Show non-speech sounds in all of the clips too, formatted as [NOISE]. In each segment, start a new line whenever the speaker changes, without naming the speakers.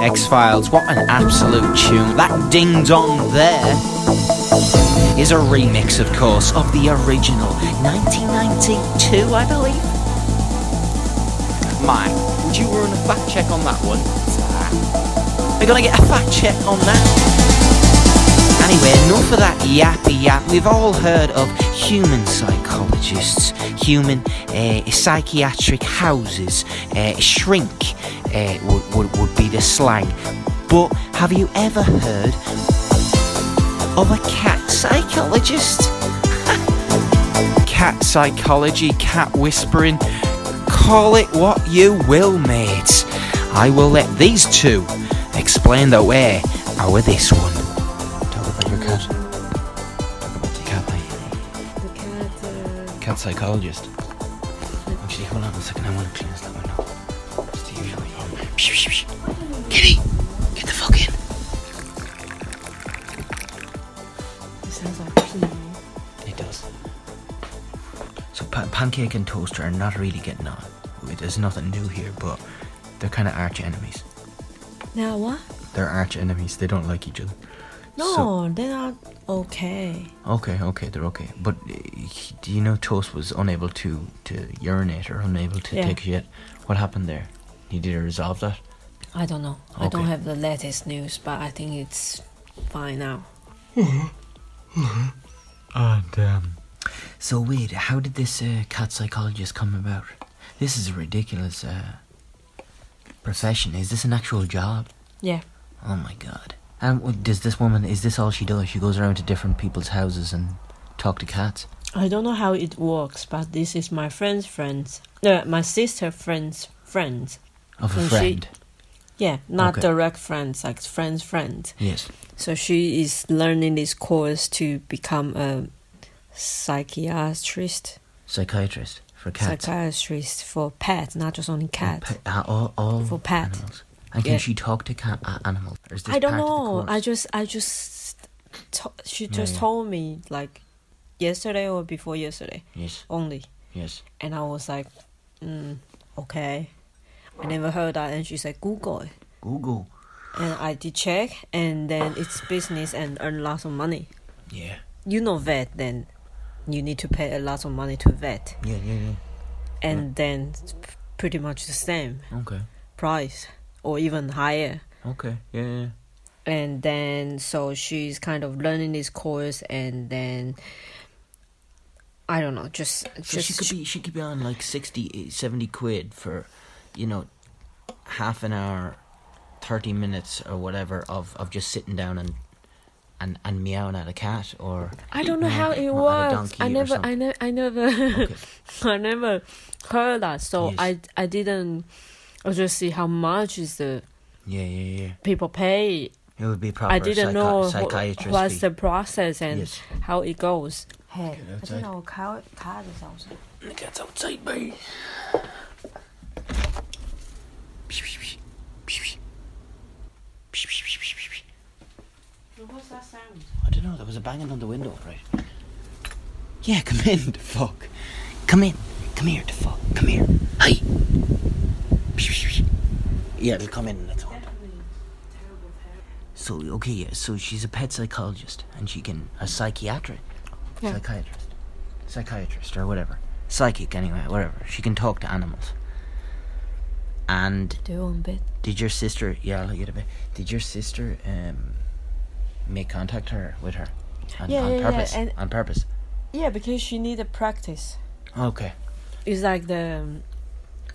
X Files. What an absolute tune. That ding dong there is a remix, of course, of the original 1992, I believe. Mike, would you run a fact check on that one? We're gonna get a fact check on that. Anyway, enough of that yappy yap. We've all heard of human psychologists, human uh, psychiatric houses, uh, shrink uh, would, would, would be the slang. But have you ever heard of a cat psychologist? [LAUGHS] cat psychology, cat whispering. Call it what you will, mates. I will let these two explain the way out of this one. Talk about your cat. Talk about your cat,
The cat. Uh,
Cat psychologist. Actually, hold on a second. I want to clean this that window. Just the usual. Psh, psh, psh. Kitty, get the fuck in.
it sounds like peeing.
It does. So pa- pancake and toaster are not really getting on. Wait, There's nothing new here, but they're kind of arch enemies.
Now what?
They're arch enemies. They don't like each other.
No,
So-
they are okay.
Okay, okay, they're okay. But uh, he- do you know Toast was unable to to urinate or unable to
Yeah.
take a shit? What happened there? He did resolve that.
I don't know. I don't
Okay.
have the latest news, but I think it's fine now.
And um, so wait, how did this uh, cat psychologist come about? This is a ridiculous uh, profession. Is this an actual job?
Yeah.
Oh my god. And w- does this woman? Is this all she does? She goes around to different people's houses and talk to cats.
I don't know how it works, but this is my friend's friends. No, my sister friend's friends.
Of a
And she-
friend.
Yeah, not
Okay.
direct friends, like friends' friends.
Yes.
So she is learning this course to become a psychiatrist.
Psychiatrist for cats.
Psychiatrist for pets, not just only cats.
Pet- uh, all, all
For pet.
animals. And can
Yeah.
she talk to cat uh, animals? Or is this
I don't
part of the
know.
course?
I just, I just, to- she
Yeah,
just
yeah.
told me like yesterday or before yesterday
Yes,
only,
yes.
and I was like, mm, okay, I never heard that. And she said Google, it.
Google.
and I did check, and then it's business and earn lots of money.
Yeah,
You know vet, then you need to pay a lot of money to vet,
yeah, yeah,
and then it's p- pretty much the same
yeah. Okay,
price or even higher.
okay, yeah, yeah. yeah.
and then so she's kind of learning this course and then i don't know just
So
just
she could be she could be on like 60, 70 quid for, you know, half an hour, thirty minutes or whatever of, of just sitting down and, and and meowing at a cat or
i don't know
eating
how
at-
it
or at a
works
donkey
i
or
never [LAUGHS]
something.
i never i never
Okay.
[LAUGHS] i never heard that so
Yes.
i i didn't i just see how much is the
Yeah, yeah, yeah.
people pay
It would be proper.
i didn't
Uh, psychi-
know wh-
psychiatrist.
what's
fee.
the process and
Yes.
how it goes hey
Get I outside. think
our car, car is also
The cat's outside, babe.
what's that sound
I don't know. There was a banging on the window, right? Yeah, come in. [LAUGHS] The fuck. Come in. Come here. The fuck. Come here. Hey. Yeah, it'll come in. and That's all. So okay, yeah. So she's a pet psychologist, and she can a psychiatric,
Yeah.
psychiatrist, psychiatrist or whatever, psychic anyway, whatever. She can talk to animals. And
do you want a bit
did your sister? Yeah, I'll get a bit. Did your sister um make contact her with her? On,
Yeah,
on
yeah, yeah,
purpose.
and-
on purpose.
yeah because she need a practice
Okay.
It's like the um,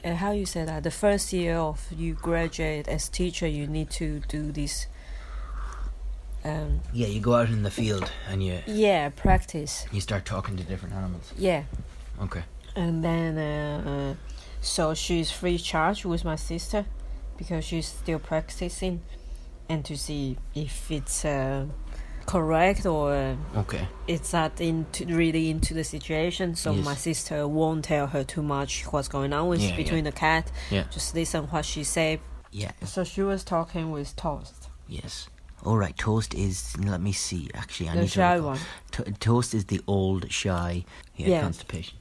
uh, how you say that the first year of you graduate as teacher, you need to do this. Um,
Yeah, you go out in the field and you
yeah, practice.
you start talking to different animals.
Yeah,
Okay.
and then uh, uh, so she's free charge with my sister because she's still practicing, and to see if it's uh, correct or uh,
Okay.
it's not into really into the situation. So
Yes.
my sister won't tell her too much what's going on with
Yeah, yeah.
between the cat.
Yeah.
Just listen what she say
Yeah.
So she was talking with Toast,
Yes. All right. Toast is. Let me see. Actually, I
the
need to.
shy
recall.
one.
To- toast is the old shy. Yeah.
Yeah.
Constipation.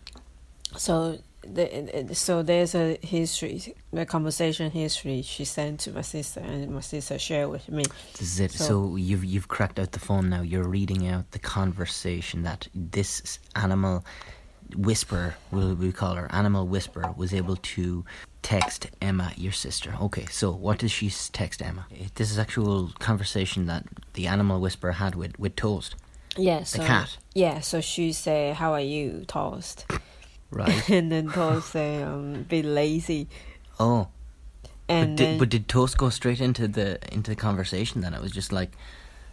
So the, so there's a history, the conversation history she sent to my sister, and my sister shared with me.
This is it. So,
So-
you've you've cracked out the phone now. You're reading out the conversation that this s- animal whisperer, will we call her animal whisperer, was able to text Emma, your sister. Okay, so what does she s- text Emma? It, this is actual conversation that the animal whisperer had with with Toast,
Yeah,
the
so
cat,
yeah, so she say, "How are you, Toast?"
right?
[LAUGHS] and then Toast say, um, "Be lazy."
[LAUGHS] oh, but
And then,
did, but did Toast go straight into the into the conversation? Then it was just like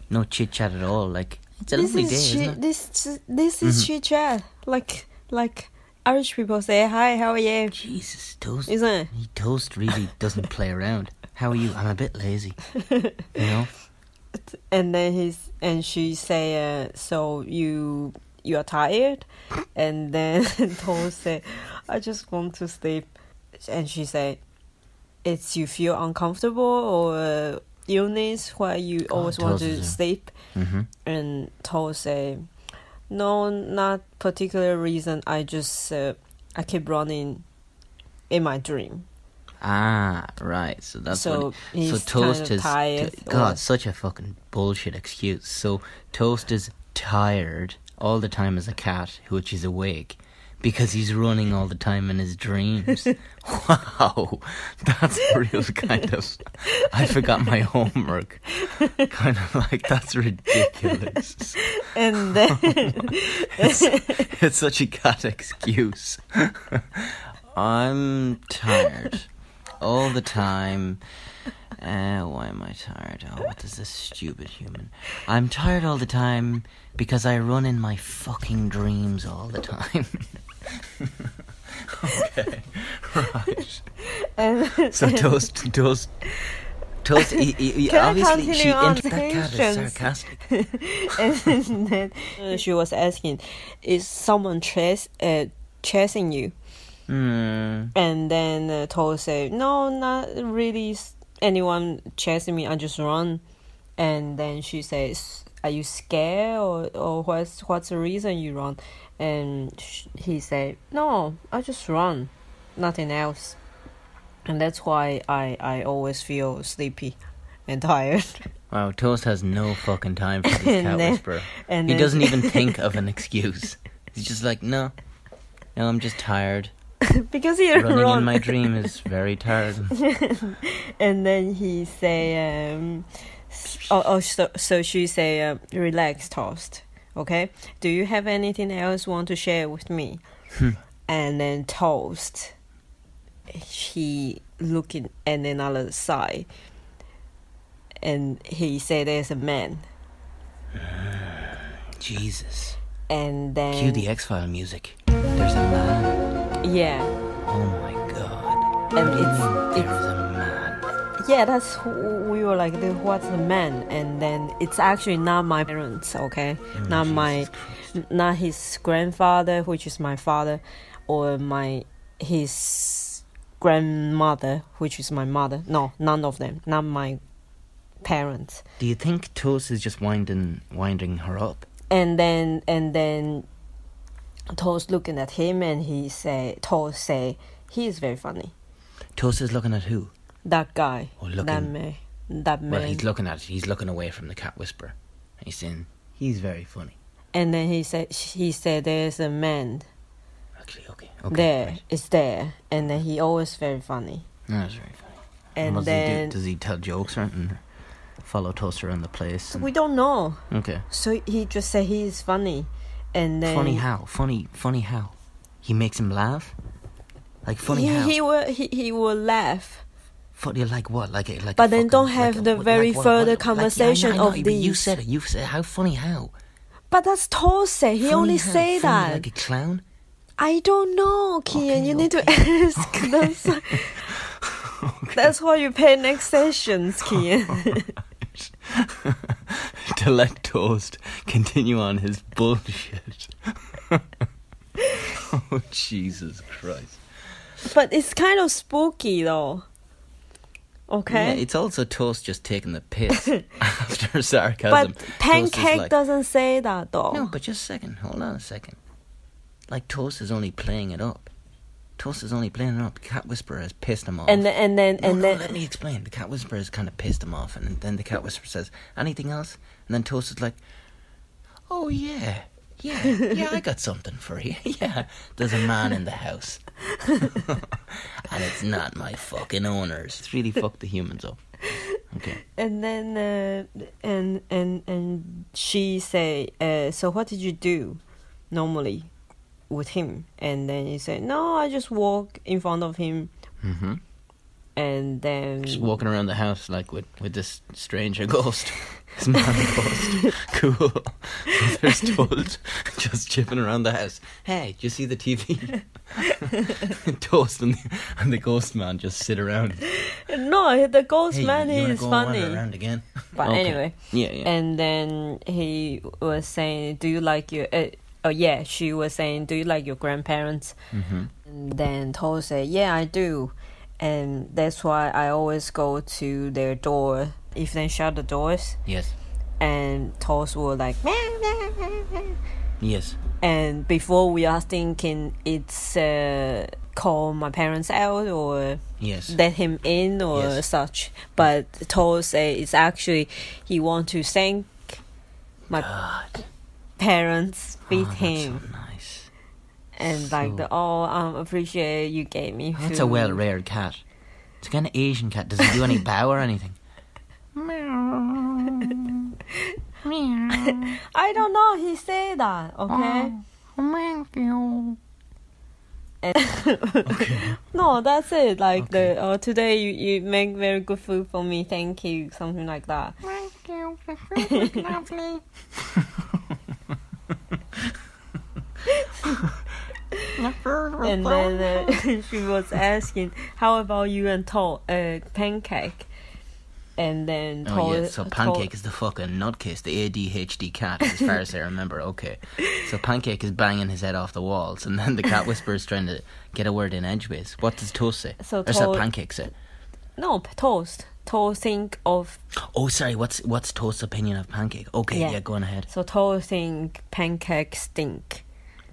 no chit chat at all. Like it's a
this
lovely
is
day,
chi-
isn't it?
this this is
Mhm.
chit chat. Like like Irish people say, "Hi, how are you?"
Jesus, Toast.
Isn't it?
He toast really doesn't play around. How are you? I'm a bit lazy. You
[LAUGHS]
know?
and then he's and she say uh, so you you are tired and then [LAUGHS] Tom say i just want to sleep and she say it's you feel uncomfortable or uh, illness why you always want
tells us,
to
yeah.
sleep
hmm
and Tom say no not particular reason i just uh, i keep running in my dream
Ah, right. So that's
so
what.
he's
so toast
kind of
is
tired
t-
or-
God, such a fucking bullshit excuse. So toast is tired all the time as a cat, which is awake, because he's running all the time in his
[LAUGHS]
dreams. wow, that's real kind of. I forgot my
[LAUGHS]
homework. kind of like that's ridiculous.
and then [LAUGHS]
it's, it's such a cat excuse. I'm tired all the time. Uh, why am I tired? Oh, what is this stupid human? I'm tired all the time because I run in my fucking dreams all the
[LAUGHS]
time. okay, right.
and
So toast, toast, toast. He, he, he-
Can I
obviously, she
continue on
int- that cat is
questions?
sarcastic.
and then
[LAUGHS]
uh, she was asking, "Is someone chase uh, chasing you?"
Hmm.
And then uh, Toad said, "No, not really. s- Anyone chasing me? I just run." And then she says, "Are you scared or or what's what's the reason you run?" And sh- he said, "No, I just run, nothing else." And that's why I I always feel sleepy and tired. [LAUGHS]
Wow, Toast has no fucking time for this
And
cat
then-
whisperer.
And
He
then-
doesn't even think of an excuse. He's just like, no, no, I'm just tired.
[LAUGHS] because he
Running
[LAUGHS] run.
in my dream is very tiresome.
[LAUGHS] and then he say um s- oh, oh so, so she say um, relax toast okay do you have anything else want to share with me and then toast he looking at another side and he say there's a man
Jesus,
and
cue
then
the X File music. There's a man.
yeah
Oh my god.
and
There's
it's it's
a man.
Yeah, that's who we were like, the, what's the man? And then it's actually not my parents, okay?
Oh,
not my, not his grandfather, which is my father, or my his grandmother, which is my mother. No, none of them. Not my parents.
Do you think Toast is just winding, winding her up?
And then and then, Toast looking at him, and he say, Toast say, he is very funny.
Toast is looking at who?
That guy,
Oh,
that
looking.
man, that man.
Well, he's looking at. He's looking away from the cat whisperer. He's saying he's very funny.
and then he said, he said, there's a man.
Actually, okay, okay.
there
right.
it's there and then he always very funny
No, that's very funny.
and
what does he
then
do? Does he tell jokes or anything? Follow Toast around the place.
we don't know
and- okay.
so he just said he is funny and then
Funny how? Funny, funny how? He makes him laugh. Like funny
he,
how?
he will he, he will laugh
funny like what? Like a- like. a
But then don't
fucking-
have
like a-
the
what-
very
what-
further
what- like, yeah, I know,
conversation
I know,
of
but You
these.
said it. You said how funny how?
but that's Tose. He
Funny
only
how?
say
funny
that.
like a clown. [LAUGHS]
I don't know, Kian.
Okay,
you need to [LAUGHS] ask. That's,
[LAUGHS]
that's why you pay next
[LAUGHS]
sessions, Kian.
to let Toast continue on his bullshit. [LAUGHS] oh Jesus Christ!
but it's kind of spooky, though. Okay.
Yeah, it's also Toast just taking the
[LAUGHS]
piss after sarcasm.
but
Toast is
pancake
like,
doesn't say that though.
No, but just a second. Hold on a second. Like Toast is only playing it up. Tulsa's only playing it up. The cat whisperer has pissed him off.
And then, and then,
No,
and
no,
then,
let me explain. The cat whisperer's kind of pissed him off, and then the cat whisperer says, "Anything else?" And then Tulsa's like, "Oh yeah, yeah, yeah, I got something for you. [LAUGHS] Yeah, there's a man in the house, [LAUGHS] and it's not my fucking owners. It's really fucked the humans up." Okay.
and then uh, and and and she say uh, so what did you do normally with him and then you say no i just walk in front of him
Mm-hmm.
and then
Just walking around the house like with with this stranger [LAUGHS] ghost. This man ghost. [LAUGHS] Cool. There's Toast just chipping around the house. Hey, do you see the TV? [LAUGHS] Toast and the, and the ghost man just sit around.
no the ghost
Hey,
man
you wanna
is
go
funny
wander around again?
But
Okay.
anyway.
Yeah, yeah.
and then he was saying do you like your uh, oh yeah she was saying do you like your grandparents
mm-hmm.
And then Toad said, Yeah, I do. And that's why I always go to their door if they shut the doors.
Yes.
And Toad will like, "Meow, meow, meow, meow."
Yes.
and before we are thinking it's uh, call my parents out or
Yes.
let him in or
Yes.
such. But Toad say it's actually he want to thank my
God.
parents
Oh,
with
that's
him
so nice.
and like
so-
the oh um appreciate you gave me.
That's a
food."
well reared cat. It's a kind of Asian cat. Doesn't do any bow or anything.
I don't know. He said that.
Oh.
Okay.
Oh,
And [LAUGHS] no, that's it. Like the oh, today you, you make very good food for me. Thank you. Something like that.
Thank you. The food was
[LAUGHS]
lovely.
And then uh,
the food was
[LAUGHS] she was asking, "How about you and Tol uh, pancake?" And then
Oh
Tol
yeah, so
Tol-
Pancake is the fucking nutcase, the ADHD cat, as far as I remember.
[LAUGHS]
Okay, so Pancake is banging his head off the walls, and then the cat whisperer is trying to get a word in edgeways. What does Toast say?
So
or so
Toad-
Pancake say?
no p- toast. Tol think of
Oh, sorry. What's what's Toast's opinion of Pancake? Okay, yeah,
Yeah.
go on ahead.
so Tol think pancake stink.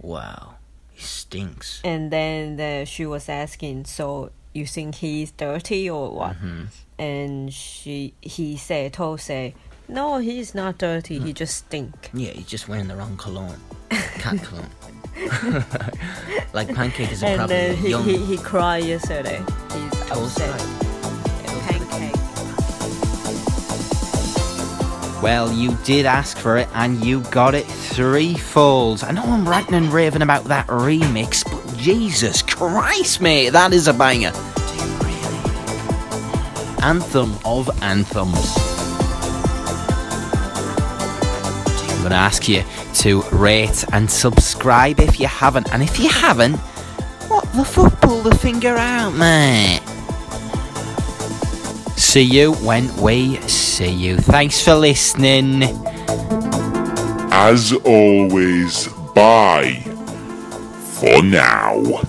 Wow, he stinks.
And then uh, she was asking, "So you think he's dirty or what?"
Mm-hmm.
And she he said, Told say, "No, he's not dirty.
Mm.
He just stink."
Yeah, he's just wearing the wrong
[LAUGHS]
cologne, cat cologne. [LAUGHS] like Pancake is a
and
probably
then he,
young.
he he cried yesterday. He's
Toast
upset.
like-
Pancake.
Well, you did ask for it and you got it threefold. I know I'm ranting and raving about that remix, but Jesus Christ, mate, that is a banger. Anthem of anthems. I'm going to ask you to rate and subscribe if you haven't. And if you haven't, what the fuck? Pull the finger out, mate. See you when we see you. Thanks for listening.
As always, bye for now.